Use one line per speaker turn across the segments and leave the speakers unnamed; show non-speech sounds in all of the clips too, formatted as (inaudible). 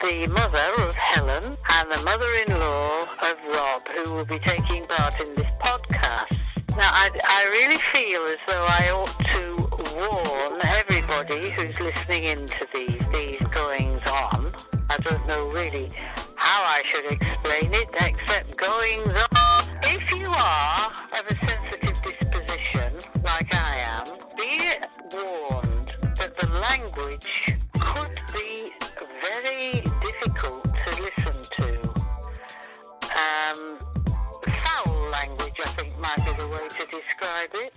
the mother of Helen and the mother-in-law of Rob, who will be taking part in this podcast. Now, I, I really feel as though I ought to warn everybody who's listening into these these goings on. I don't know really how I should explain it, except goings on. If you are of a sensitive disposition, like I am, be warned that the language could be very difficult to listen to. Um, foul language, I think, might be the way to describe it.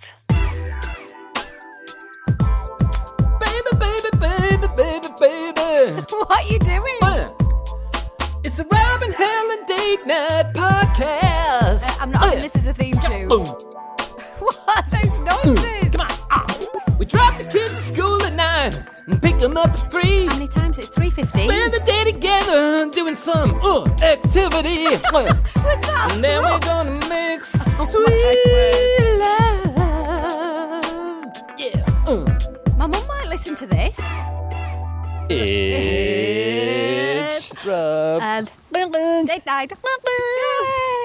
Baby, baby, baby, baby, baby.
(laughs) What you doing?
Uh, It's a Robin Helen date night podcast.
Uh, I'm not having this as a theme tune. (laughs)
Boom.
What are those noises?
Come on. Ah. We drop the kids at school at nine and pick them up at three.
How many times? It's 3.15.
Spend the day together doing some uh, activity. Uh,
What's that?
and then we're gonna
(laughs)
make
Oh
sweet love. Yeah. Uh.
My mum might listen to this.
It's Rob.
And uh, Um, they died.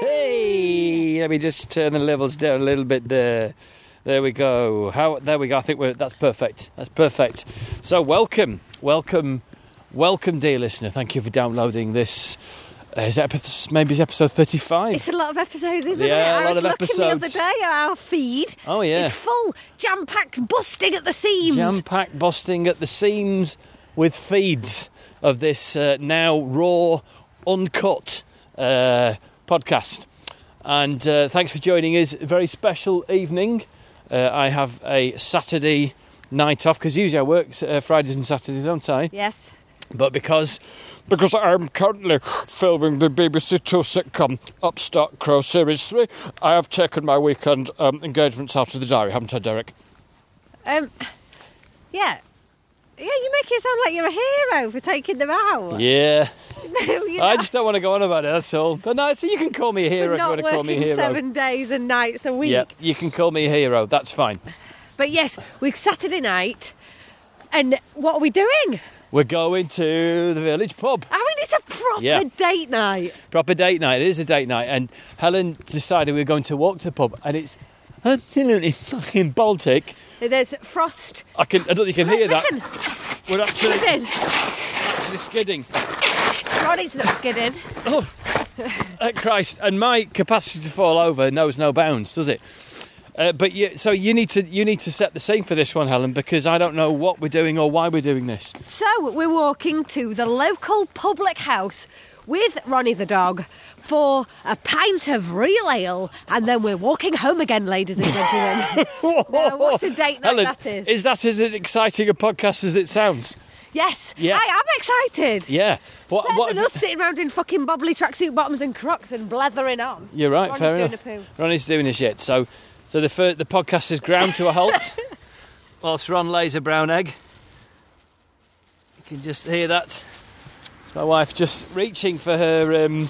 Hey, let me just turn the levels down a little bit there. There we go. How there we go. I think we're that's perfect. That's perfect. So welcome, welcome, welcome, dear listener. Thank you for downloading this. Uh, is that episode, maybe it's episode thirty-five?
It's a lot of episodes, isn't
Yeah, a
it? I
lot
was
of
looking
episodes.
the other day at our feed.
Oh, yeah.
It's full, jam-packed, busting at the seams.
Jam-packed, busting at the seams with feeds of this uh, now raw, uncut uh, podcast. And uh, thanks for joining us. Very special evening. Uh, I have a Saturday night off because usually I work uh, Fridays and Saturdays, don't I?
Yes.
But because because I'm currently filming the BBC Two sitcom Upstart Crow Series 3, I have taken my weekend um, engagements out of the diary, haven't I, Derek?
Um, yeah. Yeah, you make it sound like you're a hero for taking them out. (laughs)
Yeah.
No, you're
I
not.
just don't want to go on about it, that's all. But no, so you can call me a hero
For
if you
not
want to call me a
working
hero.
seven days and nights a week.
Yeah, you can call me a hero, that's fine.
But yes, we're Saturday night, and what are we doing?
We're going to the village pub.
I mean, it's a proper
Yeah.
date night.
Proper date night, it is a date night. And Helen decided we were going to walk to the pub, and it's absolutely fucking Baltic.
There's frost.
I can, I don't think you can hear
Listen,
that. We're actually,
skidding.
actually skidding.
Ronnie's not skidding.
Oh, uh, Christ! And my capacity to fall over knows no bounds, does it? Uh, but you, so you need to you need to set the scene for this one, Helen, because I don't know what we're doing or why we're doing this.
So we're walking to the local public house with Ronnie the dog for a pint of real ale, and then we're walking home again, ladies and
(laughs)
gentlemen. Now, what a date night
Helen,
that is.
Is that as exciting a podcast as it sounds?
yes,
Yeah.
I am excited.
Yeah. What?
Better
what
than us sitting around in fucking bobbly tracksuit bottoms and crocs and blethering on.
You're right.
Ronnie's
fair
doing
enough.
a poo.
Ronnie's doing his shit. So, so the fir- the podcast is ground to a
(laughs)
halt. whilst Ron lays a brown egg. You can just hear that. It's my wife just reaching for her um,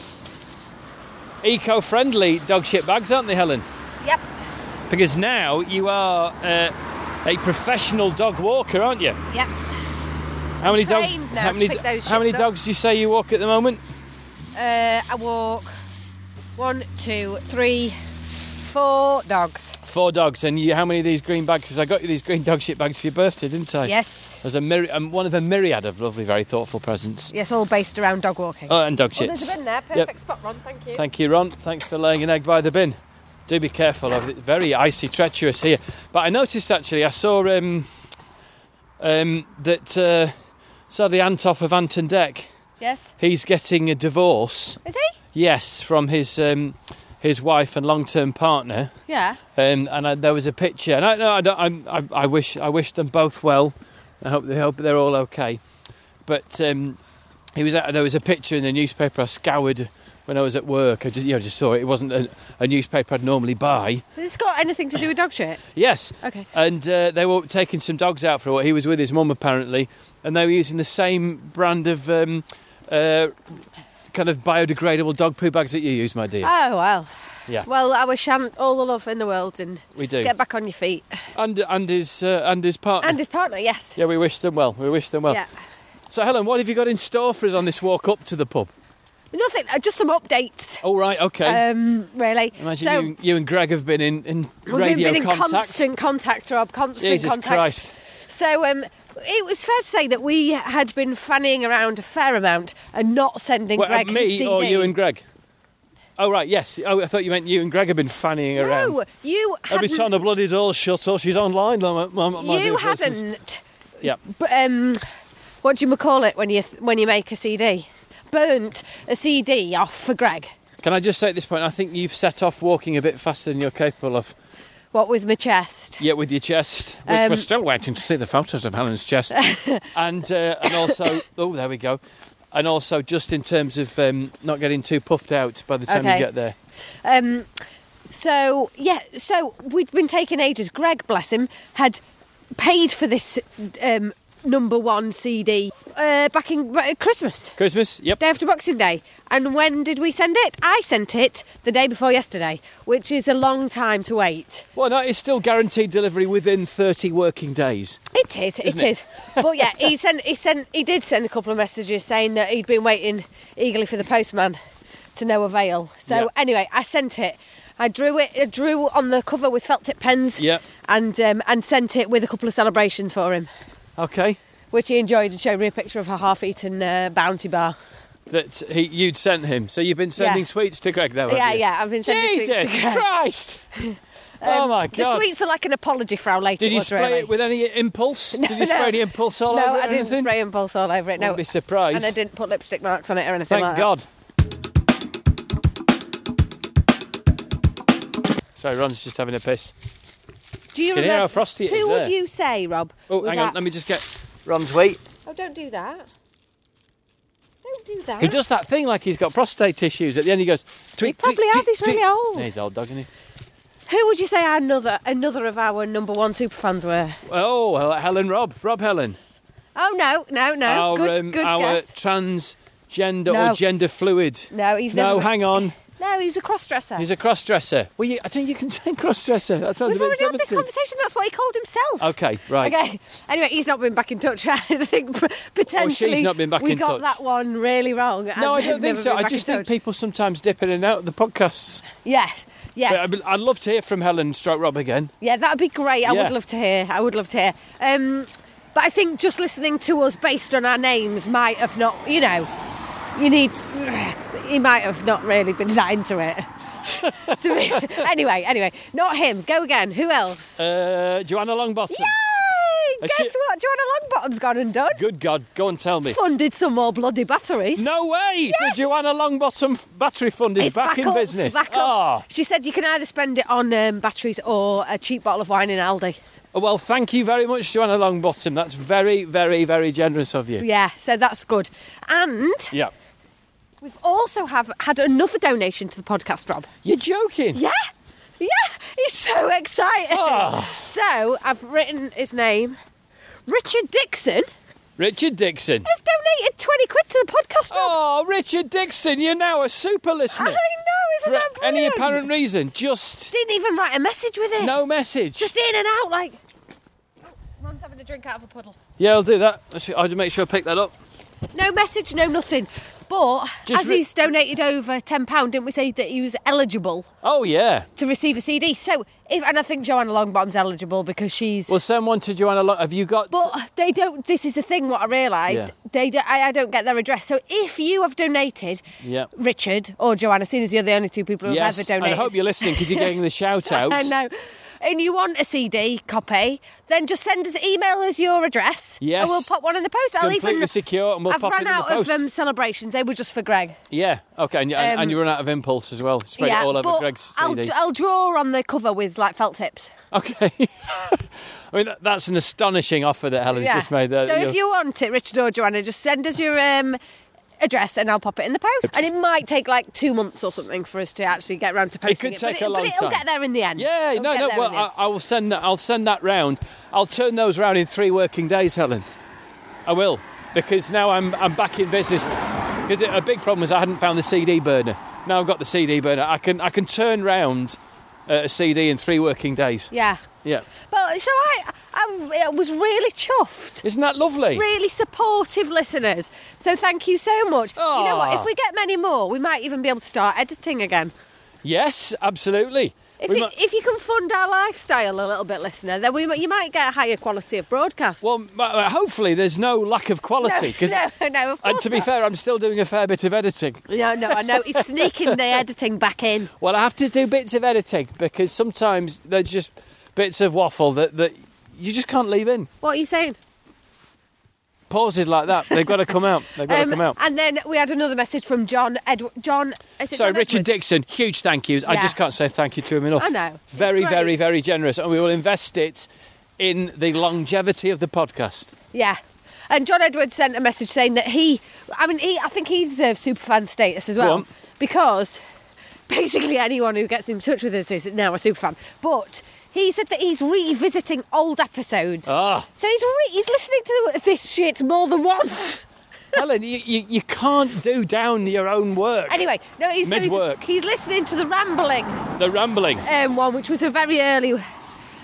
eco-friendly dog shit bags, aren't they, Helen?
Yep.
Because now you are uh, a professional dog walker, aren't you?
Yep.
How many dogs?
trained now
how
to
many?
pick those
how many
shits up.
dogs do you say you walk at the moment?
Uh, I walk one, two, three, four dogs.
Four dogs, and you, how many of these green bags? Because I got you these green dog shit bags for your birthday, didn't I?
Yes.
There's a myri- um, one of a myriad of lovely, very thoughtful presents.
Yes, all based around dog walking.
Oh, and dog
oh, there's
shits.
a bin there. Perfect spot, Ron. Thank you.
Thank you, Ron. Thanks for laying an egg by the bin. Do be careful of it. Very icy, treacherous here. But I noticed actually, I saw um, um, that uh, sadly Antoff of Anton Deck,
yes.
he's getting a divorce.
Is he?
Yes, from his um, his wife and long term partner.
Yeah.
Um, and I, there was a picture, and I, no, I, don't, I'm- I, I wish I wish them both well. I hope they hope they're all okay. But um, he was out, there was a picture in the newspaper I scoured when I was at work. I just you know just saw it. It wasn't a, a newspaper I'd normally buy.
Has this got anything to do with dog shit?
Yes,
Okay.
and uh, they were taking some dogs out for a walk. He was with his mum apparently, and they were using the same brand of um, uh, kind of biodegradable dog poo bags that you use, my dear.
Oh well.
Yeah.
Well, I wish Sam all the love in the world and
we do.
get back on your feet.
And and his uh, and his partner.
And his partner, yes.
yeah, we wish them well. We wish them well.
yeah.
So, Helen, what have you got in store for us on this walk up to the pub?
Nothing, uh, just some updates.
Oh, right, okay.
Um, really.
Imagine
so,
you, you and Greg have been in, in
we've been-
radio
been in
contact.
constant contact, Rob. Constant
Jesus
contact.
Christ.
So um, it was fair to say that we had been fannying around a fair amount and not sending
Well, uh,
Greg his
me
CD.
or you and Greg? Oh, right, yes. Oh, I thought you meant you and Greg have been fannying around.
No, you
Every
hadn't.
time the bloody door's shut, oh, she's online. My, my, my
you
dear persons.
hadn't.
Yeah.
b- Um, what do you call it when you when you make a CD? Burnt a CD off for Greg.
Can I just say at this point, I think you've set off walking a bit faster than you're capable of.
What with my chest?
Yeah, with your chest, which
Um,
we're still waiting to see the photos of Helen's chest,
(laughs)
and uh, and also oh there we go, and also just in terms of um, not getting too puffed out by the time
Okay.
you get there.
Um, so yeah, so we'd been taking ages. Greg, bless him, had paid for this um, number one CD uh, back in uh, Christmas.
Christmas, yep.
Day after Boxing Day. And when did we send it? I sent it the day before yesterday, which is a long time to wait.
Well, no, it's still guaranteed delivery within thirty working days.
It is, it
Isn't it?
is. but yeah, he sent he sent he did send a couple of messages saying that he'd been waiting eagerly for the postman to no avail. So
Yeah.
anyway, I sent it. I drew it I drew on the cover with felt tip pens
Yeah.
and um, and sent it with a couple of celebrations for him.
Okay,
Which he enjoyed and showed me a picture of a half-eaten uh, bounty bar.
that he, you'd sent him, so you've been sending
Yeah.
sweets to Greg now.
yeah,
have you?
yeah, I've been sending sweets to
Jesus
Greg. (laughs) Um,
Christ! oh my
The
God!
sweets are like an apology for our late
Did
it
you
was,
spray
really.
it with any impulse? Did you
(laughs) no.
spray any impulse all
no,
over it
I
or
didn't
anything?
spray impulse all over it. No,
Wouldn't be surprised.
and I didn't put lipstick marks on it or
Thank
anything. like
God. Sorry, Ron's just having a piss.
That. Do you
Can you hear
remember
how frosty it
Who
is
would
there?
you say, Rob?
Oh,
was
hang on,
that-
let me just get Ron's weight.
Oh, don't do that. Don't do that.
He does that thing like he's got prostate issues. At the end, he goes. Tweet, tweet,
probably has,
tweet,
he's really
tweet."
old.
Yeah, he's old dog, isn't he?
Who would you say our another another of our number one superfans were?
Oh, well, Helen Rob, Rob Helen,
Oh no, no, no.
our
good,
um,
good
our
guess.
transgender
No.
or gender fluid.
No, he's
no.
never-
Hang on,
No, he was a crossdresser.
he's a cross dresser. Well, you, I think you can say cross dresser. That sounds
We've
a bit
already had this
70s.
conversation. That's what he called himself.
Okay, right.
Okay. Anyway, he's not been back in touch. (laughs) I think p- potentially
Oh, not been back
we
in
got
touch.
that one really wrong. and
No, I
they've
don't think
never
so.
been
I
back
just
in
think
touch.
people sometimes dip in and out of the podcasts.
Yes, yes,
But I'd, be- I'd love to hear from Helen Stroke Rob again.
yeah. That'd be great. I
Yeah.
would love to hear. I would love to hear. Um, but I think just listening to us based on our names might have not. You know, you need. (sighs) He might have not really been that into it. (laughs) to be, (laughs) anyway, anyway, not him. Go again. Who else?
Uh, Joanna Longbottom.
Yay!
Has
Guess
she-
what? Joanna Longbottom's gone and done.
Good God, go and tell me.
(laughs) Funded some more bloody batteries.
No way! The Joanna Longbottom f- Battery Fund is
It's
back, in
up,
business. Ah.
Back up. She said you can either spend it on um, batteries or a cheap bottle of wine in Aldi.
Ah. well, thank you very much, Joanna Longbottom. That's very, very, very generous of you.
Yeah, so that's good. And
Yeah.
we've also have had another donation to the podcast, Rob.
You're joking.
Yeah, yeah, he's so excited.
Ah.
So I've written his name. Richard Dixon
Richard Dixon.
has donated twenty quid to the podcast. Rob.
Oh, Richard Dixon, you're now a super
I
listener.
know, isn't
For
that
any
brilliant?
apparent reason, just
Didn't even write a message with it.
no message.
just in and out like. Oh, Ron's having a drink out of a puddle.
Yeah, I'll do that. Actually, I'll make sure I pick that up.
No message, no nothing. But
Just
as
re-
he's donated over ten pound, didn't we say that he was eligible
Oh, yeah.
to receive a CD? So, if and I think Joanna Longbottom's eligible because she's.
Well, send one to Joanna Long. Have you got.
but they don't. This is the thing. What I realised,
Yeah.
they do, I, I don't get their address. So if you have donated,
Yeah.
Richard or Joanna, seeing as you're the only two people who
yes,
have ever
and I
donated,
hope you're listening because you're getting
(laughs)
the shout out.
I know. And you want a CD copy, then just send us email us your address.
Yes.
And we'll pop one in the post. I'll
completely
even
secure and we'll
I've
pop it
run
in the
out
post.
of um, celebrations. They were just for Greg.
Yeah, okay, and, and,
Um,
and you run out of impulse as well. Spread it all over
but
Greg's
I'll,
CD.
I'll draw on the cover with like felt tips.
(laughs) okay. (laughs) I mean, that, that's an astonishing offer that Helen's just made there.
So
that
if
you'll-
you want it, Richard or Joanna, just send us your um, address and I'll pop it in the post. And it might take like two months or something for us to actually get round to posting it.
could
but
take a long
But it'll
time.
get there in the end.
Yeah,
It'll
no,
get
no.
there in
Well,
the end.
I, I will send that. I'll send that round. I'll turn those round in three working days, Helen. I will, because now I'm I'm back in business. Because a big problem was I hadn't found the CD burner. Now I've got the CD burner. I can I can turn round uh, a CD in three working days.
yeah.
Yeah.
But so I, I, I was really chuffed.
Isn't that lovely?
Really supportive listeners. So thank you so much. You know what?
Aw.
If we get many more, we might even be able to start editing again.
Yes, absolutely.
If,
We
you,
mu-
if you can fund our lifestyle a little bit, listener, then we, mi- you might get a higher quality of broadcast.
well, m- uh, hopefully there's no lack of quality.
no, (laughs) no, no, of
and
course
to be
not.
fair, I'm still doing a fair bit of editing.
No, no, I know. It's sneaking the editing back in.
Well, I have to do bits of editing because sometimes there's just bits of waffle that, that you just can't leave in.
What are you saying?
Pauses like that, they've got to come out. They've got
(laughs) Um,
to come out.
And then we had another message from John Edward. John, is it
So,
John
Richard
Edwards?
Dixon, huge thank yous. I
Yeah.
just can't say thank you to him enough.
I know. It's
Very,
great.
very, very generous. And we will invest it in the longevity of the
(laughs)
podcast.
Yeah. And John Edwards sent a message saying that he, I mean, he, I think he deserves superfan status as well
on.
because basically anyone who gets in touch with us is now a superfan. But he said that he's revisiting old episodes,
Ah.
so he's re- he's listening to the, this shit more than once. (laughs)
Helen, you, you, you can't do down your own work.
Anyway, no, he's, so he's-
Mid-work.
he's listening to the rambling
The rambling.
um, one, which was a very early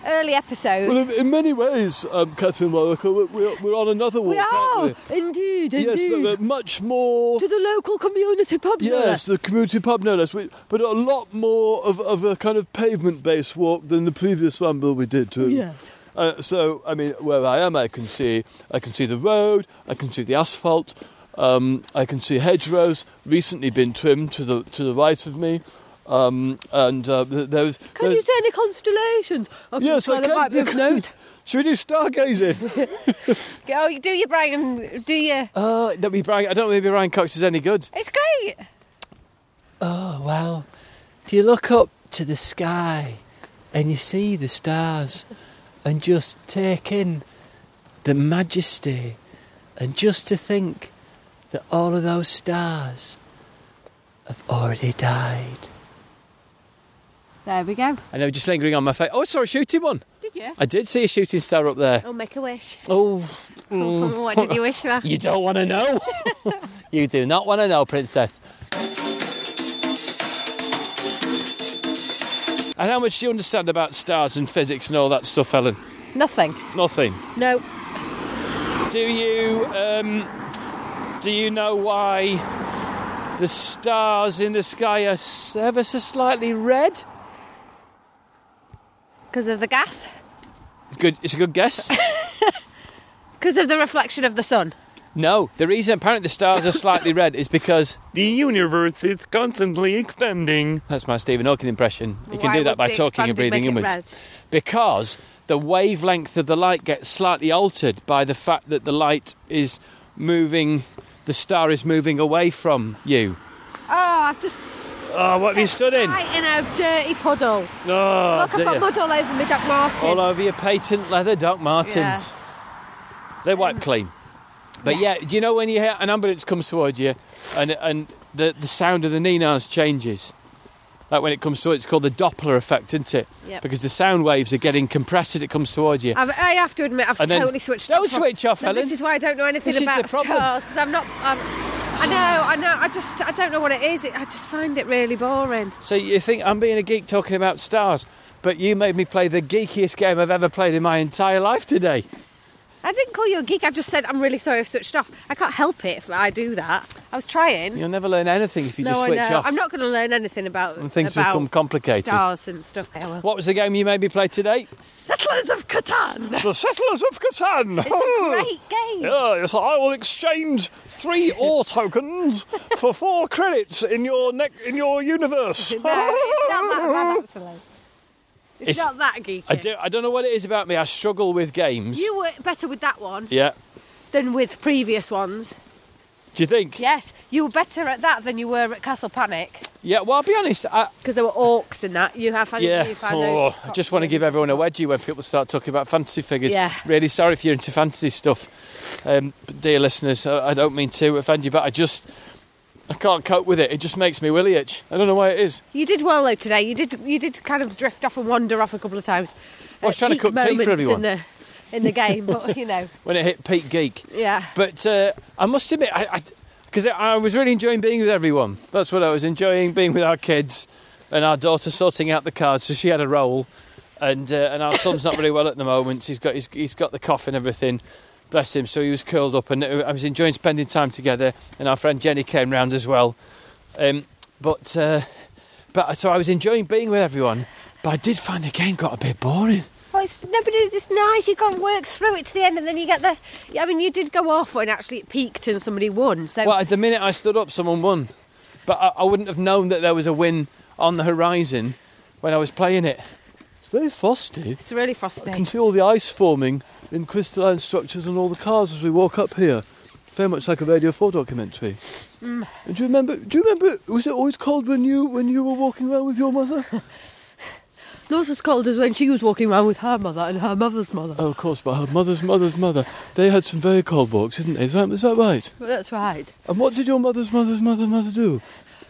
early episode.
Well, in- in many ways, um, Catherine Lorica, we're, we're on another walk.
we are
aren't
indeed,
we? Yes, but,
indeed.
but much more.
to the local community pub.
Yes, the community pub, no less, we- but a lot more of, of a kind of pavement based walk than the previous ramble we did, too.
Yes.
Uh, so, I mean, where I am, I can see, I can see the road, I can see the asphalt, um, I can see hedgerows recently been trimmed to the to the right of me, um, and uh, th- there's.
Can you
there's-
see any constellations? I
Yes,
think
I
that
can.
Might be of note.
Should we do
(laughs)
stargazing?
Oh, you do your Brian, do your.
uh, that'd be Brian, I don't think Brian Cox is any good.
It's great.
Oh, well, if you look up to the sky and you see the stars and just take in the majesty, and just to think that all of those stars have already died.
There we go.
I know, just lingering on my face. Oh, I saw a shooting one.
Did you?
I did see a shooting star up there.
Oh, make a wish.
(laughs) Oh,
Oh, (laughs) What did you wish for?
you don't want to know. (laughs) you do not want to know, Princess. And how much do you understand about stars and physics and all that stuff, Ellen?
Nothing.
Nothing.
No.
Do you um, do you know why the stars in the sky are s- ever so slightly red?
Because of the gas?
It's good. It's a good guess.
Because of the reflection of the sun.
no, the reason apparently the stars are slightly red is because
The universe is constantly expanding.
that's my Stephen Hawking impression. You can
Why
do that
would
by
the
talking and
expanding
breathing
make it
inwards.
red?
Because the wavelength of the light gets slightly altered by the fact that the light is moving. The star is moving away from you.
Oh, I've just.
Oh, what have you stood in?
Right in a dirty puddle.
Oh,
Look, I've
dear.
got mud all over me, Doc Martin.
All over your patent leather Doc Martens. They wipe
Um,
clean. But yeah. do you know when you hear an ambulance comes towards you and and the, the sound of the ninas changes? Like when it comes to it's called the Doppler effect, isn't it?
Yep.
Because the sound waves are getting compressed as it comes towards you.
I've, I have to admit, I've
And then-
totally switched
Don't
off.
switch off,
No,
Helen.
This is why I don't know anything
This is the
about
problem.
stars because I'm not. I'm, I know, I know. I just, I don't know what it is. It, I just find it really boring.
So you think I'm being a geek talking about stars, but you made me play the geekiest game I've ever played in my entire life today.
I didn't call you a geek. I just said I'm really sorry I've switched off. I can't help it if I do that. I was trying.
You'll never learn anything if you
no,
just
I
switch
know.
off.
I'm not going to learn anything about
and things
about
become complicated.
stars and stuff. Yeah, well.
What was the game you made me play today?
Settlers
(laughs)
of Catan.
The Settlers of Catan. (laughs)
It's a great game.
Yes, I will exchange
(laughs)
three ore tokens for four credits in your neck in your universe.
(laughs) No, it's not that
(laughs)
bad actually. It's,
It's-
not that geeky.
I do. I don't know what it is about me. I struggle with games.
You were better with that one
Yeah.
than with previous ones.
Do you think?
Yes, you were better at that than you were at Castle Panic
Yeah, Well, I'll be honest. I,
because there were orcs and that. You have found,
yeah.
you found
Oh,
those.
I just want to give everyone a wedgie when people start talking about fantasy figures.
Yeah.
Really sorry if you're into fantasy stuff, um, but dear listeners. I, I don't mean to offend you, but I just I can't cope with it. It just makes me willy itch. I don't know why it is.
You did well though today. You did you did kind of drift off and wander off a couple of times.
I was
at
trying to
peak
cook tea for
moments
everyone.
in the in the
(laughs)
game, but you know,
When it hit peak geek.
yeah.
But uh, I must admit, I because I, was really enjoying being with everyone. That's what I was enjoying being with our kids and our daughter sorting out the cards. So she had a role, and uh, and our son's not very well at the moment. He's got he's, he's got the cough and everything. Bless him. So he was curled up, and I was enjoying spending time together. And our friend Jenny came round as well. Um, but uh, but so I was enjoying being with everyone. But I did find the game got a bit boring.
Oh, it's, no, but it's it's nice. You can't work through it to the end, and then you get the. I mean, you did go off when actually it peaked and somebody won. So
Well, at the minute I stood up, someone won. But I, I wouldn't have known that there was a win on the horizon when I was playing it. It's very frosty.
it's really
I
frosty.
can see all the ice forming in crystalline structures on all the cars as we walk up here. Very much like a Radio 4 documentary. And do you remember? Do you remember? Was it always cold when you when you were walking around with your mother?
Not as cold as when she was walking around with her mother and her mother's mother.
oh, of course, but her mother's mother's mother. They had some very cold walks, didn't they? Is that, is that right?
Well, That's right.
And what did your mother's mother's mother mother do?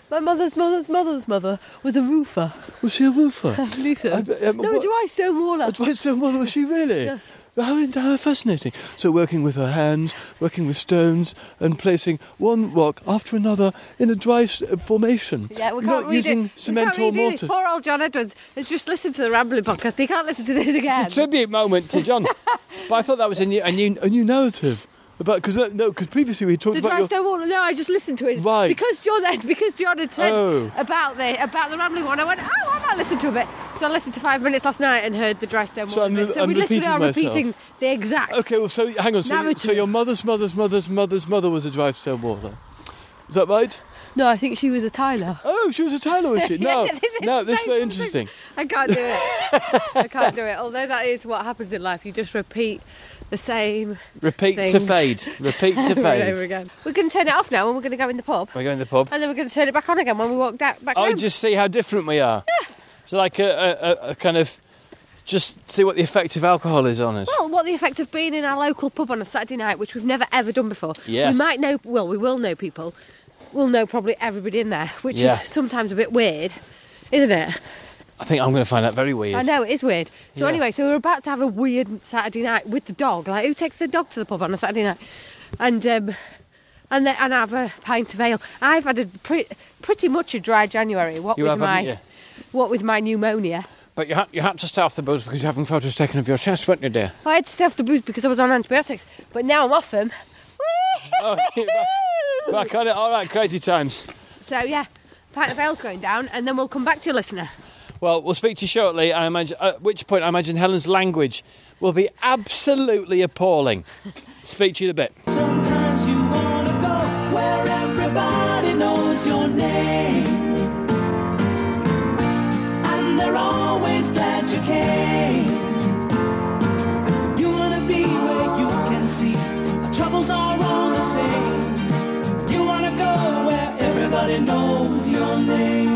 My mother's mother's mother's mother was a roofer. (laughs)
Was she a roofer?
I believe so.
I- I-
no,
what-
it's Dwight Stonewaller.
That's why it's so wonderful. Was she really?
Yes.
How, in- how fascinating. So, working with her hands, working with stones, and placing one rock after another in a dry s- uh, formation.
Yeah, we
not
can't redo
using
it.
cement
we
or
can't redo
mortar.
This. Poor old John Edwards has just listened to the Rambling podcast. He can't listen to this again.
It's a tribute moment to
(laughs)
John. but I thought that was a new, a new, a new narrative. About because no, because previously we talked
The
about
dry
your-
stone wall. No, I just listened to it.
Right.
Because John had, because John had said
Oh.
about the about the rambling one, I went, oh, I might listen to a bit. So I listened to five minutes last night and heard the dry stone wall.
So I'm
bit.
re-
so
I'm
we literally
repeating
are
myself.
repeating the exact.
Okay, well, so hang on. So, so
Narrative.
your mother's mother's mother's mother's mother was a dry stone waller. Is that right?
No, I think she was a Tyler.
Oh, she was a tailor, was she? No,
(laughs) Yeah, this is
no,
the
this is
same
very
conversation.
interesting.
I can't do it. I can't do it. Although that is what happens in life. You just repeat the same
Repeat to
Things.
fade. Repeat
(laughs)
to
over and
fade.
over again. We're going to turn it off now, and we're going to go in the pub,
We're going to the pub.
and then we're going to turn it back on again when we walk da- back
I
home.
just see how different we are. Yeah. So like a, a, a- a kind of just see what the effect of alcohol is on us.
Well, Oh, what the effect of being in our local pub on a Saturday night, which we've never ever done before.
Yes.
We might know, well, we will know people. We'll know probably everybody in there, which
Yeah.
is sometimes a bit weird, isn't it?
I think I'm going to find that very weird.
I know, it is weird. So,
Yeah.
anyway, so we're about to have a weird Saturday night with the dog. Like, who takes the dog to the pub on a Saturday night? And, um, and then and have a pint of ale. I've had a pre- pretty much a dry January. What
You
with
have,
my
haven't you?
what with my pneumonia.
But you had, you had to stay off the booze because you're having photos taken of your chest, weren't you, dear?
I had to stay off the booze because I was on antibiotics, but now I'm off them.
Oh, you're back- Back on it. All right, crazy times.
So yeah, pint of ale's going down, and then we'll come back to your listener.
Well, we'll speak to you shortly. I imagine, at which point, I imagine Helen's language will be absolutely
(laughs)
appalling. speak to you in a bit.
Sometimes you wanna go where everybody knows your name. And they're always glad you came. You wanna be where you can see. Our troubles are all the same. You wanna go where everybody knows your name.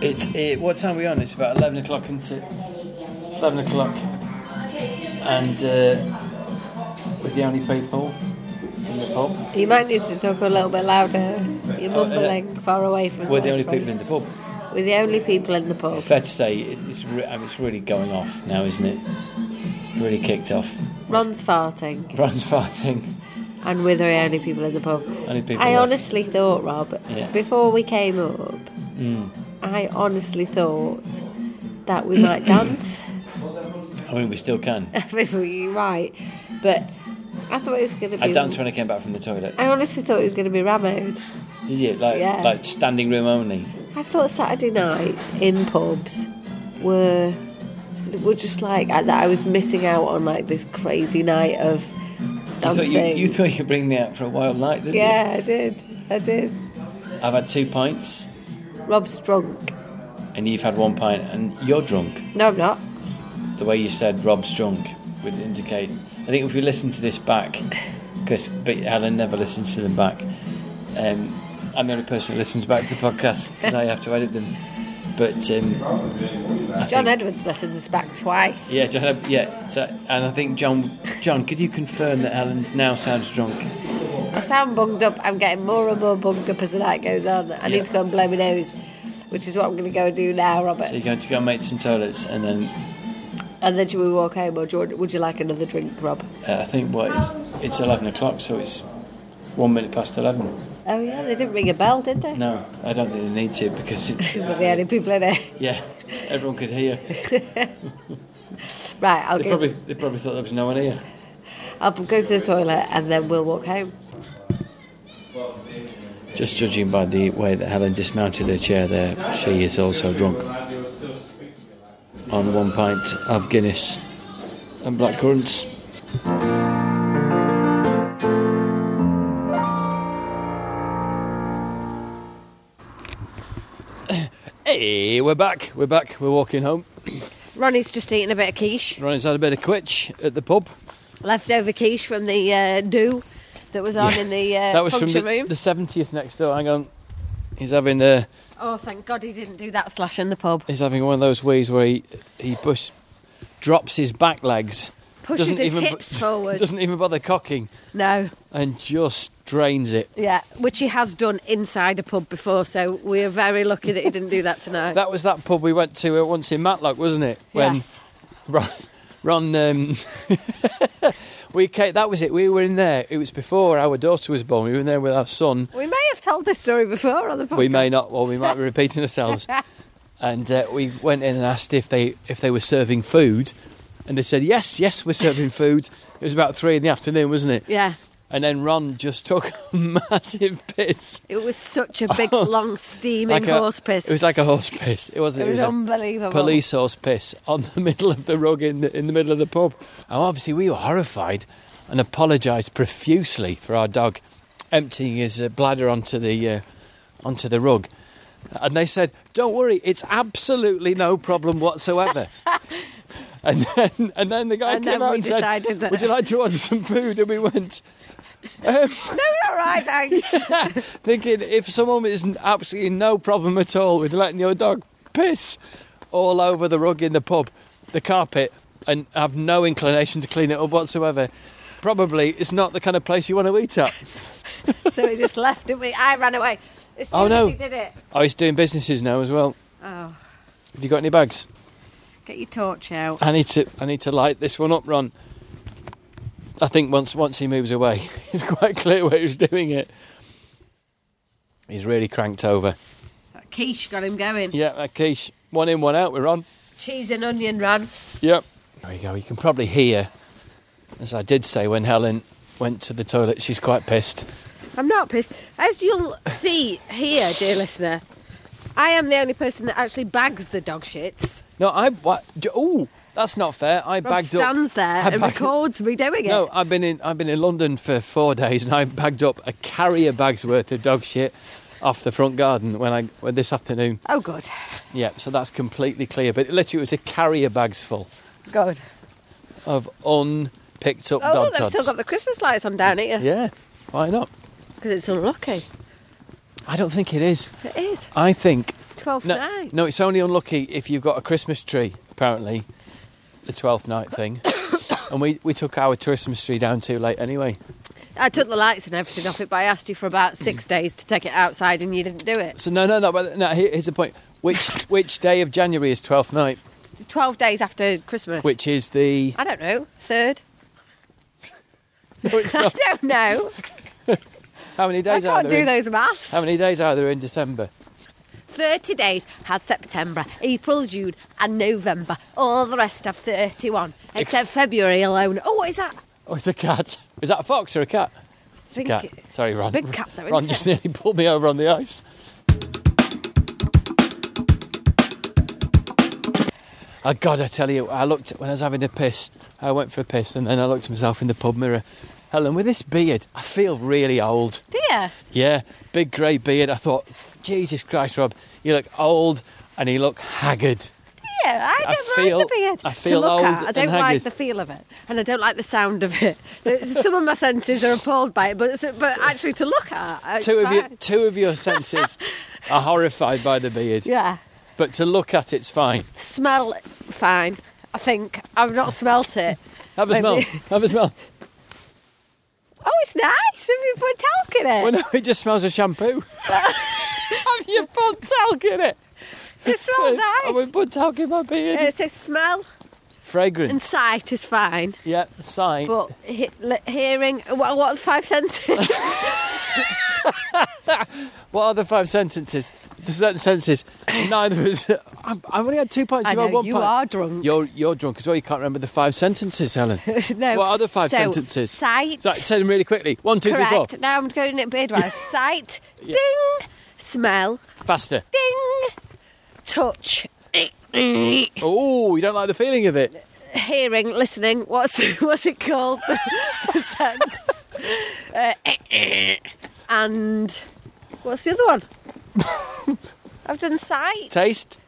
It, it what time are we on? It's about eleven o'clock, isn't it? It's eleven o'clock, and uh, we're the only people in the pub.
You might need to talk a little bit louder. You're
Oh, uh, mumbling
far away from.
We're the only people in the pub.
We're the only people in the pub.
Fair to say, it- it's re- I mean, it's really going off now, isn't it? Really kicked off. (laughs)
Ron's farting,
Ron's farting.
and we're the only people in the pub.
Only people.
I
left.
honestly thought, Rob,
Yeah. Mm.
before we came up, I honestly thought that we might
(coughs)
dance. (laughs)
I mean, we still can.
I mean, you're right, but I thought it was going to (laughs) be.
I danced when I came back from the toilet.
I honestly thought it was going to be Ramoed.
Did you like
Yeah.
like standing room only?
I thought Saturday nights in pubs were were just like uh, that. I was missing out on like this crazy night of
You thought
dancing.
you, you thought you'd bring me out for a wild night, didn't
yeah, I did. I did.
you? I've had two pints,
Rob's drunk.
and you've had one pint, and you're drunk.
No, I'm not.
the way you said Rob's drunk would indicate. I think if we listen to this back, because Helen never listens to them back. Um, I'm the only person who listens back to the podcast because I have to edit them. But um,
John Edwards listens back twice.
yeah, John, uh, yeah. So, and I think John, John, could you confirm that Helen now sounds drunk?
I sound bunged up. I'm getting more and more bunged up as the night goes on. I
Yeah.
need to go and blow my nose, which is what I'm going to go and do now, Robert.
So you're going to go and make some toilets, and then
and then should we walk home or Jordan? Would you like another drink, Rob?
uh, I think what it's, it's eleven o'clock, so it's one minute past 11.
Oh yeah, they didn't ring a bell, did they?
No, I don't think they need to because it's.
Because we're the only people in it. (laughs)
Yeah, everyone could hear.
Right, I'll
They
go,
probably, they probably thought there was no one here.
I'll go to the toilet and then we'll walk home.
Just judging by the way that Helen dismounted her chair there, she is also drunk. On one pint of Guinness and black currants. (coughs) Hey, we're back. We're back. We're walking home.
Ronnie's just eating a bit of quiche,
Ronnie's had a bit of quitch at the pub.
leftover quiche from the uh, do that was on in the uh,
that was from
function
the,
room.
the 70th next door. Hang on. He's having uh, a.
Oh, thank God he didn't do that slash in the pub.
He's having one of those ways where he he push, drops his back legs,
Pushes
doesn't
his
even b- (laughs)
hips forward.
doesn't even bother cocking,
No,
and just drains it.
yeah, which he has done inside a pub before, so we are very lucky that he didn't do that tonight.
(laughs) That was that pub we went to uh, once in Matlock, wasn't it? When
Yes.
Ron, Ron um, (laughs) we came, that was it. We were in there. It was before our daughter was born. We were in there with our son.
We may have told this story before on the podcast.
We may not, or we
(laughs)
might be repeating ourselves. And uh, we went in and asked if they if they were serving food, and they said yes, yes, we're serving food. It was about three in the afternoon, wasn't it?
Yeah,
And then Ron just (laughs) took a massive piss.
it was such a
(laughs)
big, long, steaming
Like a-
horse piss.
It was like a horse piss. It wasn't.
It
It
was
was, a
unbelievable.
police horse piss on the (laughs) middle of the rug in the, in the middle of the pub. And obviously we were horrified and apologised profusely for our dog emptying his uh, bladder onto the uh, onto the rug. And they said, "Don't worry, it's absolutely no problem
(laughs)
whatsoever." and then and then the guy
And
came
then
out
we
and
decided
said,
that-
"Would you like to order some food?" And we went.
(laughs) All right, thanks.
thinking if someone is n- absolutely no problem at all with letting your dog piss all over the rug in the pub, the carpet, and have no inclination to clean it up whatsoever, probably it's not the kind of place you want to eat at.
so he just left, didn't we? I ran away. As soon
Oh, no.
as he did it.
Oh, he's doing businesses now as well.
Oh,
Have you got any bags?
get your torch out.
I need to. I need to light this one up, Ron. I think once once he moves away, (laughs) it's quite clear where he's doing it. He's really cranked over.
That quiche got him going.
Yeah, that quiche. One in, one out. We're on.
Cheese and onion ran.
Yep. There we go. You can probably hear, as I did say when Helen went to the toilet, she's quite pissed.
I'm not pissed. As you'll see here, dear listener, I am the only person that actually bags the dog shits.
No, I. What? Oh, that's not fair. I
Rob
bagged
stands
up.
there
I
and
bagged-
records me doing it.
No, I've been in. I've been in London for four days, and I bagged up a carrier bag's worth of dog shit off the front garden when I when this afternoon.
Oh, good.
Yeah, so that's completely clear. But literally, it was a carrier bags full
Good.
of unpicked up
Oh,
dog
look, they've
tots.
still got the Christmas lights on down here
yeah, why not?
because it's unlucky.
I don't think it is.
It is.
I think
12th
No,
night.
no, it's only unlucky if you've got a Christmas tree, apparently, the 12th night thing. and we, we took our Christmas tree down too late anyway.
I took the lights and everything off it, but I asked you for about
Mm.
six days to take it outside and you didn't do it.
So, no, no, no, but no, here- here's the point. Which, which day of January is 12th night?
12 days after Christmas.
Which is the.
I don't know.
(laughs)
Third?
No, it's
(laughs) I
not.
don't know.
How many
I
days are
can't
there?
do
in,
those maths.
How many days are there in December?
30 days has September, April, June, and November. All the rest have 31, except February alone. Oh, what is that?
Oh, it's a cat. Is that a fox or a cat? It's a
Think
cat.
it-
Sorry, Ron. (laughs)
big cat though,
Ron
isn't
just
it?
nearly pulled me over on the ice. Oh God, I tell you, I looked when I was having a piss. I went for a piss, and then I looked at myself in the pub mirror. Helen, with this beard, I feel really old.
Dear.
Yeah, big grey beard. I thought, Jesus Christ, Rob, you look old, and you look haggard.
Yeah, I
I
don't
feel-
like the beard.
I feel
to look
old
at. I
and
don't like
haggard.
the feel of it, and I don't like the sound of it. (laughs) Some of my senses are appalled by it, but but actually to look at, uh, it's
Two of your
fine.
two of your
(laughs)
senses are horrified by the beard,
yeah,
but to look at it's fine.
smell fine. I think I've not smelt it.
Have a smell.
Maybe-
Have a smell.
Oh, it's nice. Have you put talc in it?
Well, no, it just smells of
(laughs)
shampoo. Have you put talc in it?
it smells
I
nice.
would put talc in my beard.
It's a smell
fragrance.
And sight is fine,
yeah, sight.
but he- le- hearing what, what are the
(laughs)
five senses?
What are the five sentences? The certain
(coughs)
sentences. Neither of us. I'm, I've only had two pints.
I
You've had
know,
one
you
pint.
are drunk.
You're you're drunk as well. You can't remember the five sentences,
(laughs)
Helen.
no.
What are the five
so,
sentences?
Sight.
So, say them really quickly. One, two, three, four.
correct. Now I'm going
(laughs)
it beardwise. sight. Ding. Smell.
Faster.
Ding. Touch.
Oh, you don't like the feeling of it.
Hearing. Listening. What's (laughs) what's it called? the, the sense. Uh, and what's the other one?
(laughs)
I've done sight.
Taste.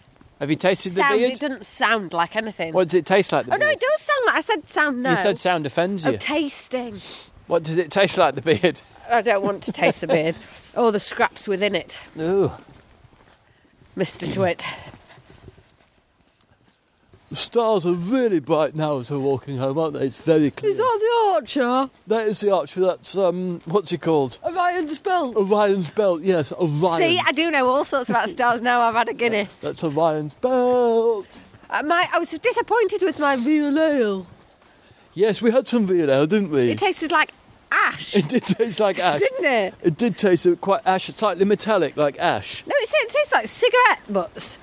Have you tasted
sound.
the
It
beard?
doesn't sound like anything.
What does it taste like? The
Oh no,
beard?
it does sound like I said sound. No.
You said sound offends
Oh,
you.
tasting.
what does it taste like? The beard.
I don't want to taste the
(laughs)
beard or the scraps within it,
Ooh. (clears throat)
Mister Twit.
The stars are really bright now as we're walking home, aren't they? It's very clear.
Is that the archer?
that is the archer. That's um. What's he called?
Orion's belt.
Orion's belt. Yes, Orion.
See, I do know all
(laughs)
sorts about stars now. I've had a Guinness.
That's Orion's belt.
Uh, my, I was disappointed with my real ale.
Yes, we had some beer ale, didn't we?
It tasted like ash,
(laughs) It did taste like ash.
didn't it?
It did taste quite ash, slightly metallic, like ash.
No, it, said it tastes like cigarette butts.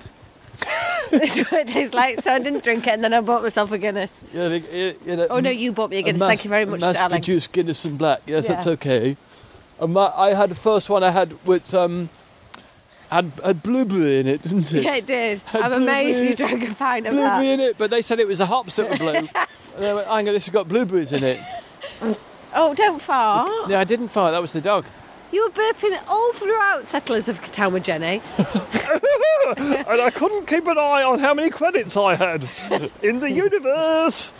(laughs) That's what it tastes like. So I didn't drink it, and then I bought myself a Guinness.
Yeah, they- yeah, yeah, that-
Oh no, you bought me a
a
Guinness.
mass-
Thank you very
a
much, darling.
mass-produced Guinness and Black. Yes,
Yeah.
that's okay. And my, I had the first one I had with um, had had blueberry in it, didn't it?
Yeah, it did.
Had
I'm amazed
blueberry-
you drank a pint of that.
blueberry in it, but they said it was the hops that were (laughs) blue. and they went, "Hang on, this has got blueberries in it."
Oh, don't fart.
No, I didn't fart. That was the dog.
You were burping all throughout Settlers of Catawba, Jenny.
and I couldn't keep an eye on how many credits I had in the (coughs) universe.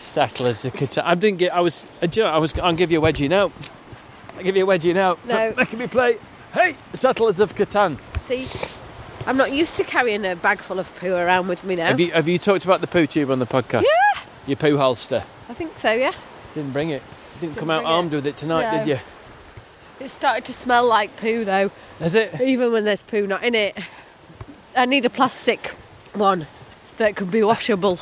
Settlers of Catan. I didn't get. I was. uh, Do you know, I was. I'll give you a wedgie now. I'll give you a wedgie now. for
No.
making me play. Hey, Settlers of Catan.
See, I'm not used to carrying a bag full of poo around with me now.
Have you Have you talked about the poo tube on the podcast? Yeah. Your poo holster.
I think so, yeah.
Didn't bring it. You didn't, come
Didn't
out
bring it.
armed with it tonight,
No.
did you?
It started to smell like poo though,
Has it?
even when there's poo not in it. I need a plastic one that can be washable.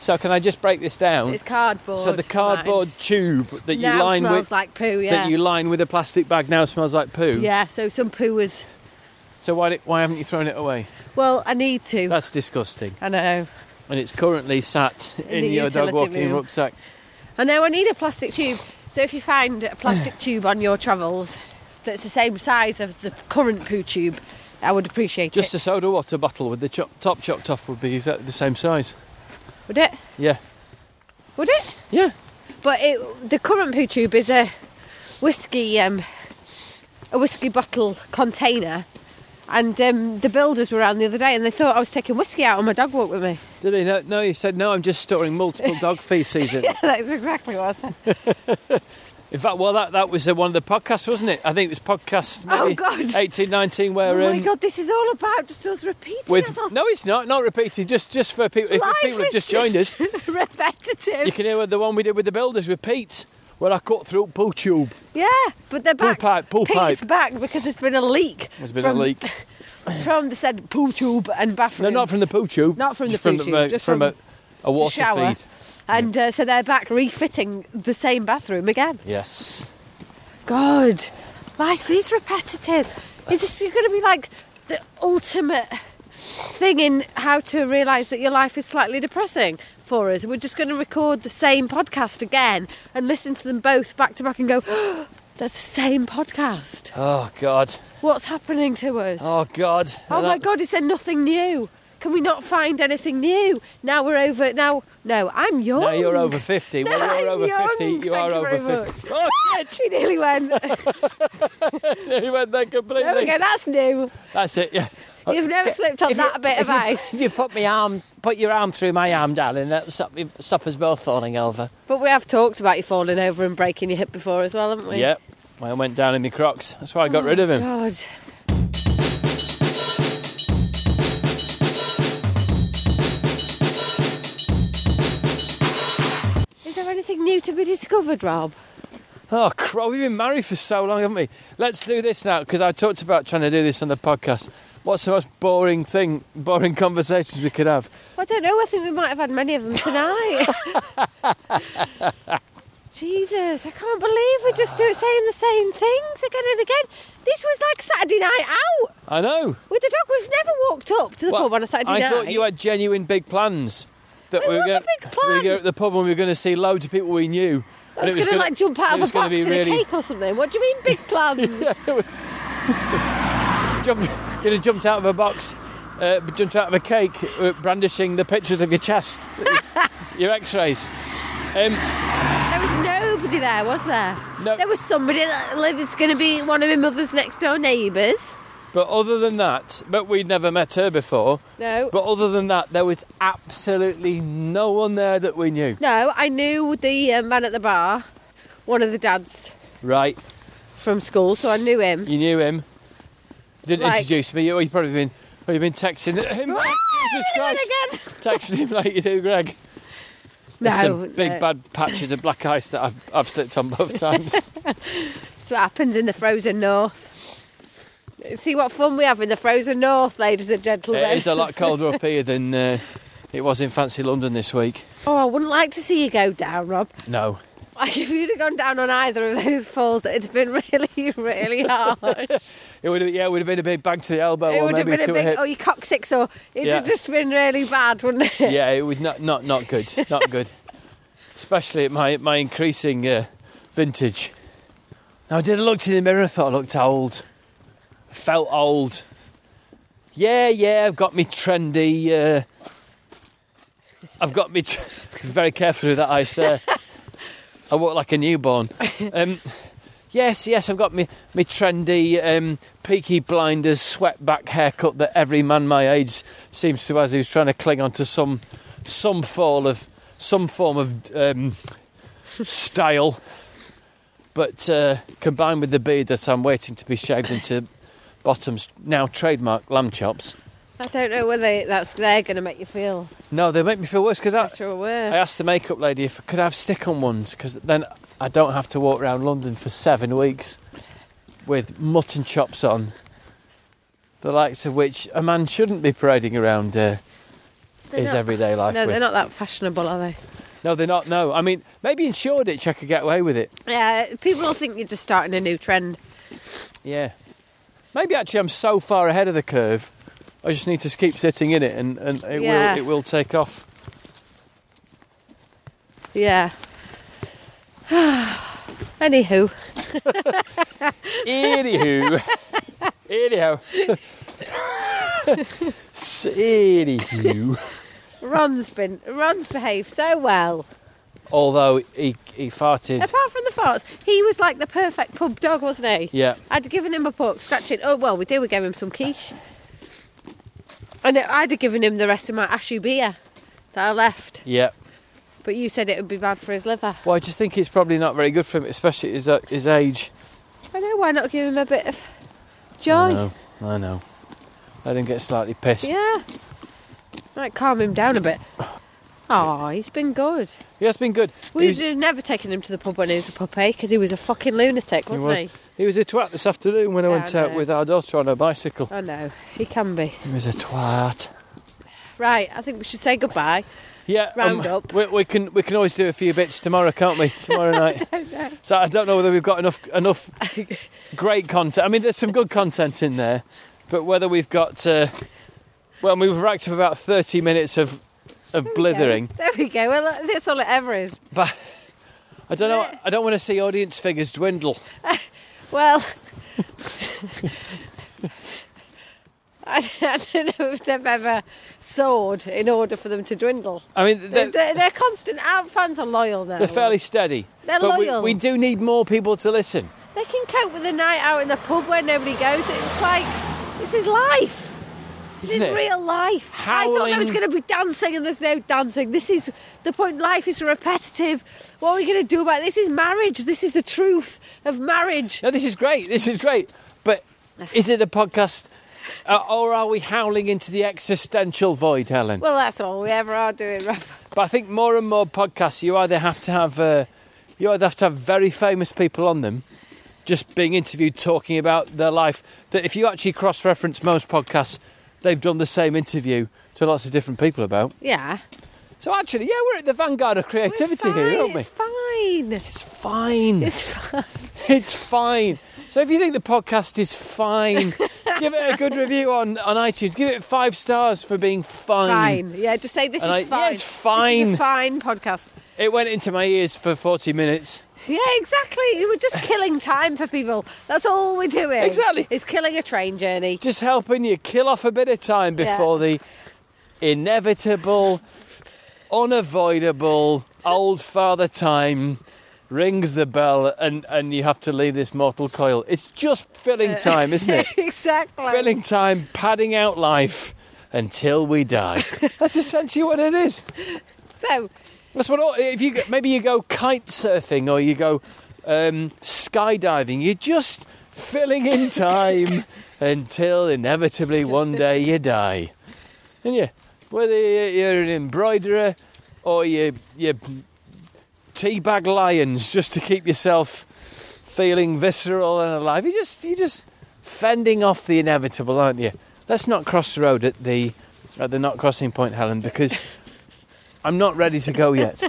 So can I just break this down?
It's cardboard.
so the cardboard tube that
mine.
you
now
line
smells
with
like poo, yeah.
that you line with a plastic bag now smells like poo.
yeah, so some poo was.
So why di- why haven't you thrown it away?
Well, I need to.
That's disgusting.
I know.
And it's currently sat in,
In the
your dog
utility
walking
room.
rucksack.
I know I need a plastic tube. So if you find a
(sighs)
plastic tube on your travels that's the same size as the current poo tube, I would appreciate
Just
it.
a soda water bottle with the chop, top chopped off would be exactly the same size.
Would it?
Yeah.
Would it?
Yeah.
But it, the current poo tube is a whiskey, um, a whiskey bottle container, and um, the builders were around the other day, and they thought I was taking whiskey out on my dog walk with me. (laughs)
Did he? No, no, he said, no, I'm just storing multiple dog feces in it.
That's exactly what I said.
In fact, well, that, that was uh, one of the podcasts, wasn't it? I think it was podcast
Oh,
maybe
God.
18, 19, where...
oh my
um,
god, this is all about just us repeating
with,
ourselves.
no, it's not. Not repeated. Just just for people, if
Life
people have
is
just joined us,
(laughs) repetitive.
you can hear the one we did with the builders with Pete, where I cut through poo tube.
Yeah, but they're back.
pipe, pool
Pete's
pipe.
back because there's been a leak.
There's been
from-
a leak.
from the said pool tube and
No,
bathroom.
not from the poo tube.
Not from the
Just
poo
from,
tube,
uh,
just
from
from
a, a water
shower.
feed.
and uh, so they're back refitting the same bathroom again.
Yes.
God, life is repetitive. Is this going to be like the ultimate thing in how to realise that your life is slightly depressing for us? We're just going to record the same podcast again and listen to them both back to back and go, (gasps) that's the same podcast.
Oh God.
What's happening to us?
Oh God.
Oh my God, is there nothing new? Can we not find anything new? Now we're over. Now, no, I'm young.
Now you're
(laughs)
over fifty.
No,
Well, you're
I'm
over
young.
fifty. You
Thank
are
you
over
very
fifty. (laughs)
much. (laughs) she nearly went. There
he Oh, went there
we
completely.
go, that's new.
That's it. Yeah.
You've never slipped on that bit of ice.
If you put my arm, put your arm through my arm, darling, that'll stop, you- stop us both falling over.
(laughs) But we have talked about you falling over and breaking your hip before as well, haven't we?
Yep. I went down in my Crocs. That's why I got rid of him.
God. Is there anything new to be discovered, Rob?
Oh, crap, we've been married for so long, haven't we? Let's do this now, because I talked about trying to do this on the podcast. What's the most boring thing, boring (laughs) conversations we could have?
I don't know. I think we might have had many of them tonight. (laughs) Jesus, I can't believe we're just doing, saying the same things again and again. This was like Saturday night out
I know.
with the dog. We've never walked up to the
Well,
pub on a Saturday
I
night.
thought you had genuine big plans. That
It
we were
was a
gonna,
big
We were
plan.
going to the pub and we were going to see loads of people we knew.
I was, going to like jump out
it
of a
was
box
gonna
and
be really,
a cake or something. What do you mean,
(laughs)
big plans?
Jump, (laughs) you'd have jumped out of a box, uh, jumped out of a cake, uh, brandishing the pictures of your
(laughs)
chest, your X-rays. Um,
There was nobody there, was there?
No.
There was somebody that lives going to be one of my mother's next door neighbours.
but other than that, but we'd never met her before.
No.
But other than that, there was absolutely no one there that we knew.
No, I knew the uh, man at the bar, one of the dads
Right,
from school, so I knew him.
you knew him. You didn't
Like-
introduce me. You've probably been, well, you've been texting
(laughs)
him. Jesus Christ!
Again.
Texting him like you do, Greg.
No,
There's some big
no.
bad patches of black ice that I've, I've slipped on both
(laughs)
times.
That's what happens in the frozen north. See what fun we have in the frozen north, ladies and gentlemen.
it is a lot colder up here than uh, it was in fancy London this week.
Oh, I wouldn't like to see you go down, Rob.
No,
Like if you'd have gone down on either of those falls, it'd have been really,
(laughs)
really hard.
it would have, yeah, it would have been a big bang to the elbow
it
or
would have
maybe
been
to
a big,
hip.
oh, you coccyx, or it'd
Yeah.
have just been really bad, wouldn't (laughs) it?
Yeah, it would not not not good, not good. Especially at my my increasing uh, vintage. Now I did a look in the mirror, thought I looked old, felt old. Yeah, yeah, I've got me trendy. Uh, I've got me tr- (laughs) very careful with that ice there. I walk like a newborn. Um, yes, yes, I've got me me trendy, um, peaky blinders, sweat back haircut that every man my age seems to have who's trying to cling on to some some fall of some form of um, style. But uh, combined with the beard that I'm waiting to be shaved into Bottom's now trademark lamb chops.
I don't know whether that's they're going to make you feel
No, they make me feel worse because I,
better or
I
worse.
asked the makeup lady if I could have stick-on ones because then I don't have to walk around London for seven weeks with mutton chops on, the likes of which a man shouldn't be parading around uh,
They're
his
not-
everyday life
No,
with.
they're not that fashionable, are they?
No, they're not. No, I mean maybe in Shoreditch I could get away with it.
Yeah, people will think you're just starting a new trend.
Yeah, maybe actually I'm so far ahead of the curve. I just need to keep sitting in it, and, and it
Yeah.
will it will take
(laughs)
off.
Yeah. (sighs) Anywho,
Anywho. Anyhow. S- Anywho.
Ron's been Ron's behaved so well.
Although he, he farted.
Apart from the farts, he was like the perfect pub dog, wasn't he?
Yeah.
I'd given him a pork scratching. Oh well, we did. We gave him some quiche, and I'd have given him the rest of my ashu beer that I left.
Yeah.
But you said it would be bad for his liver.
Well, I just think it's probably not very good for him, especially at his, at his age.
I know. Why not give him a bit of
I
joy?
know. I know. Let him get slightly pissed.
Yeah. Might calm him down a bit. Oh, he's been good.
Yeah, it's been good.
We
he was,
would have never taken him to the pub when he was a puppy because he was a fucking lunatic,
He
wasn't
was.
he?
he was a twat this afternoon when I
Yeah,
went
I
out
know. Oh.
with our daughter on a bicycle.
I know, he can be.
He was a twat.
Right, I think we should say goodbye.
Yeah, um,
Round up.
We, we can we can always do a few bits tomorrow, can't we?
(laughs)
Tomorrow night. So I don't know whether we've got enough enough great content. I mean, there's some good content in there, but whether we've got uh, well, we've racked up about 30 minutes of of blithering.
(laughs) There we go. Well, look, that's all it ever is.
But I don't know. I don't want to see audience figures dwindle.
Well, (laughs) I, I don't know if they've ever soared in order for them to dwindle.
I mean,
They're,
they're,
they're, constant. Our fans are loyal now.
they're fairly steady.
They're
but
loyal.
We, we do need more people to listen.
They can cope with a night out in the pub where nobody goes. It's like this is life. This
Isn't
is
it?
real life. I thought there was
Howling.
going to be dancing, and there's no dancing. This is the point. Life is repetitive. What are we going to do about it? this? Is marriage? This is the truth of marriage.
No, this is great. This is great. But is it a podcast, uh, or are we howling into the existential void, Helen?
Well, that's all we ever are doing, (laughs) Rob.
But I think more and more podcasts, you either have to have uh, You either have to have very famous people on them, just being interviewed talking about their life. That if you actually cross reference most podcasts, they've done the same interview to lots of different people about.
Yeah.
So actually, yeah, we're at the vanguard of creativity
We're
here,
fine,
aren't we?
It's
It's
fine.
fine.
It's fine.
It's fine. So if you think the podcast is fine, give it a good review on, on iTunes. Give it five stars for being fine.
Fine. Yeah, just say this
And
is
I- yeah,
fine.
it's
This is a
fine.
fine podcast.
It went into my ears for 40 minutes.
Yeah, exactly. We're just killing time for people. That's all we're doing.
Exactly.
It's killing a train journey. (laughs)
Just helping you kill off a bit of time before the inevitable, unavoidable old father time rings the bell and, and you have to leave this mortal coil. It's just filling time, isn't it?
exactly.
filling time, padding out life until we die. That's essentially what it is.
So,
That's what. all- If you go- maybe you go kite surfing or you go um, skydiving, you're just filling in time until inevitably one day you die. And yeah, whether you- you're an embroiderer or you you teabag lions just to keep yourself feeling visceral and alive, you just you just fending off the inevitable, aren't you? Let's not cross the road at the at the not crossing point, Helen, because. I'm not ready to go yet.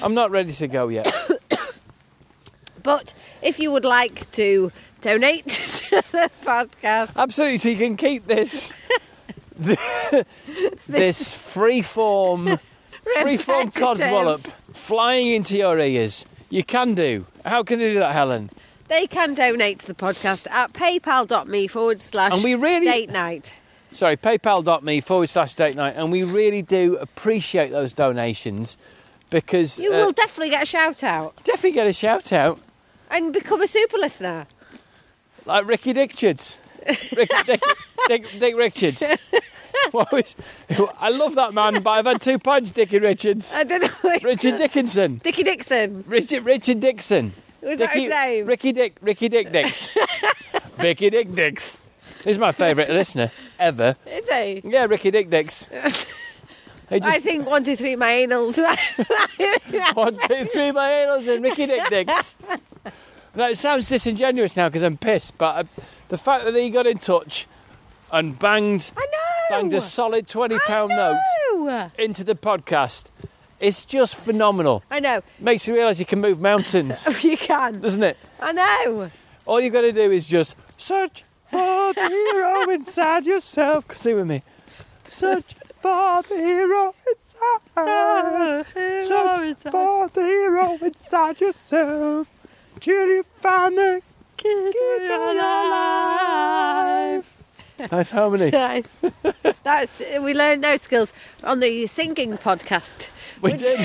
I'm not ready to go
(coughs)
yet.
but if you would like to donate (laughs) to the podcast,
Absolutely, so you can keep this
(laughs)
this free form free form
Repetitive.
codswallop flying into your ears. You can do. How can you do that, Helen?
they can donate to the podcast at paypal.me forward slash
And we really-
date night.
sorry, paypal.me forward slash date night. And we really do appreciate those donations because
You
uh,
will definitely get a shout out
definitely get a shout out.
and become a super listener.
Like Ricky Richards. Rick, Dick, Dick, Dick
(laughs)
Richards. What was- I love that man, but I've had two pints, Dickie Richards.
I don't know.
Richard Dickinson.
Dickie Dixon.
Richard Richard Dixon.
Was that his name?
Ricky Dick Ricky Dick
(laughs)
Dix. Ricky Dick Dix. He's my favourite listener ever.
Is he?
Yeah, Ricky Dick
(laughs)
Dix. He
I
just
think one, two, three, my anals. (laughs)
one, two, three, my anals and Ricky Dick
(laughs)
Dicks. Now, it sounds disingenuous now because I'm pissed, but uh the fact that he got in touch and banged
I know.
banged a solid twenty pound note
note.
into the podcast. It's just phenomenal.
I know. (laughs)
Makes you realise you can move mountains, (laughs)
You can.
doesn't it?
I know.
All you've got to do is just search for the hero (laughs) inside yourself. Sing with me. Search for the hero inside. Search for the hero inside yourself. Till you find the key to your
(laughs)
life. Nice (laughs) harmony.
Nice. That's we learned those skills on the singing podcast. (laughs)
We
which,
did.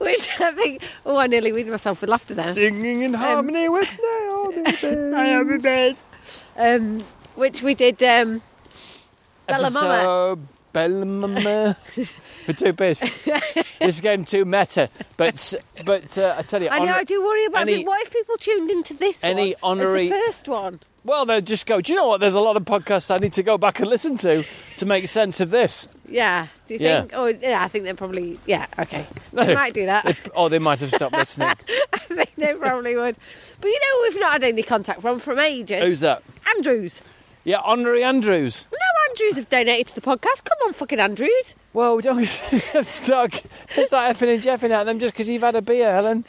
which, I think. Oh, I nearly weeded myself with laughter there.
Singing in harmony with (laughs) Naomi. Naomi
Um, which we did. Um, Bella Mama.
Episode Bella
(laughs)
Mama. We're too pissed. this is getting too meta. But but uh, I tell you,
I know.
honor-
I do worry about
any-
it. What if people tuned into this
any
one? as
honorary-
the first one.
well, they'll just go. Do you know what? There's a lot of podcasts I need to go back and listen to to make sense of this.
Yeah. Do you
Yeah.
think? Oh, yeah. I think they're probably. Yeah. Okay.
No.
They might do
(laughs)
that. (laughs)
Or they might have stopped listening.
I think they probably would. But you know, we've not had any contact from from ages.
Who's that?
Andrews.
Yeah, Honorary Andrews.
No, Andrews have donated to the podcast. Come on, fucking Andrews.
Whoa, don't (laughs) start, don't start effing and jeffing at them just because you've had a beer, Helen.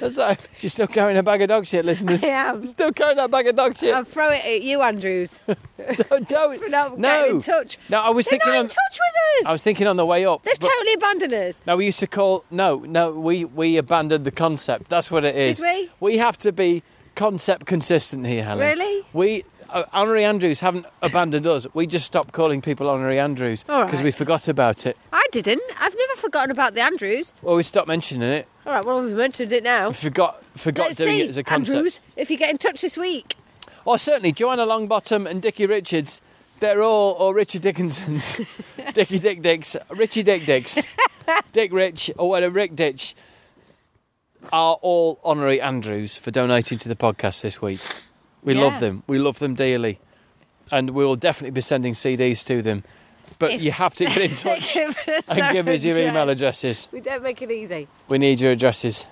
Don't start, she's still carrying a bag of dog shit, listeners.
I am.
Still carrying that bag of dog shit.
I'll throw it at you, Andrews. (laughs)
don't. don't.
We're not
no.
getting in touch.
No, I was
They're
thinking.
not
on-
in touch with us.
I was thinking on the way up.
They've
but-
totally abandoned us.
No, we used to call. No, no, we we abandoned the concept. That's what it is.
we?
have to be concept consistent here, Helen.
Really?
We uh, honorary Andrews haven't abandoned us. We just stopped calling people honorary Andrews
All right.
we forgot about it,
I didn't. I've never forgotten about the Andrews.
or we stopped mentioning it.
All right, well, we've mentioned it now.
We forgot forgot
Let's
doing
see,
it as a concept.
Andrews, if you get in touch this week. (laughs)
Or certainly Joanna Longbottom and Dickie Richards. They're all or Richard
(laughs)
Dickinson's, Dickie Dick Dicks, Richie Dick Dicks, Dick Rich, or whatever Rick Ditch. Are all honorary Andrews for donating to the podcast this week. We
Yeah.
love them. We love them dearly, and we will definitely be sending CDs to them. But
If-
you have to
(laughs)
get in touch
Give us
and
our
give us your
address.
email addresses.
We don't make it easy.
We need your addresses.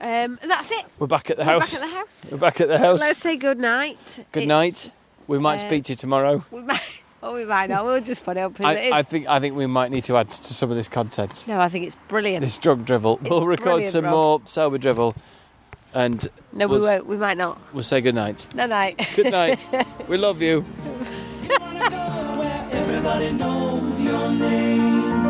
Um, that's it.
We're back at the
We're
house.
Back at the house.
We're back at the house.
Let's say good night.
Good
It's-
night. We might
uh,
speak to you tomorrow.
We might. Well, we might not. We'll just put it up. as it
I,
is.
I think I think we might need to add to some of this content.
no, I think it's brilliant.
This drug drivel. we'll record
brilliant,
some
Rob.
more sober drivel, and
no,
we'll,
we
s-
won't. We might not.
We'll say good
(laughs)
night.
No, night.
Good night. we love you.
wanna go where everybody knows your name.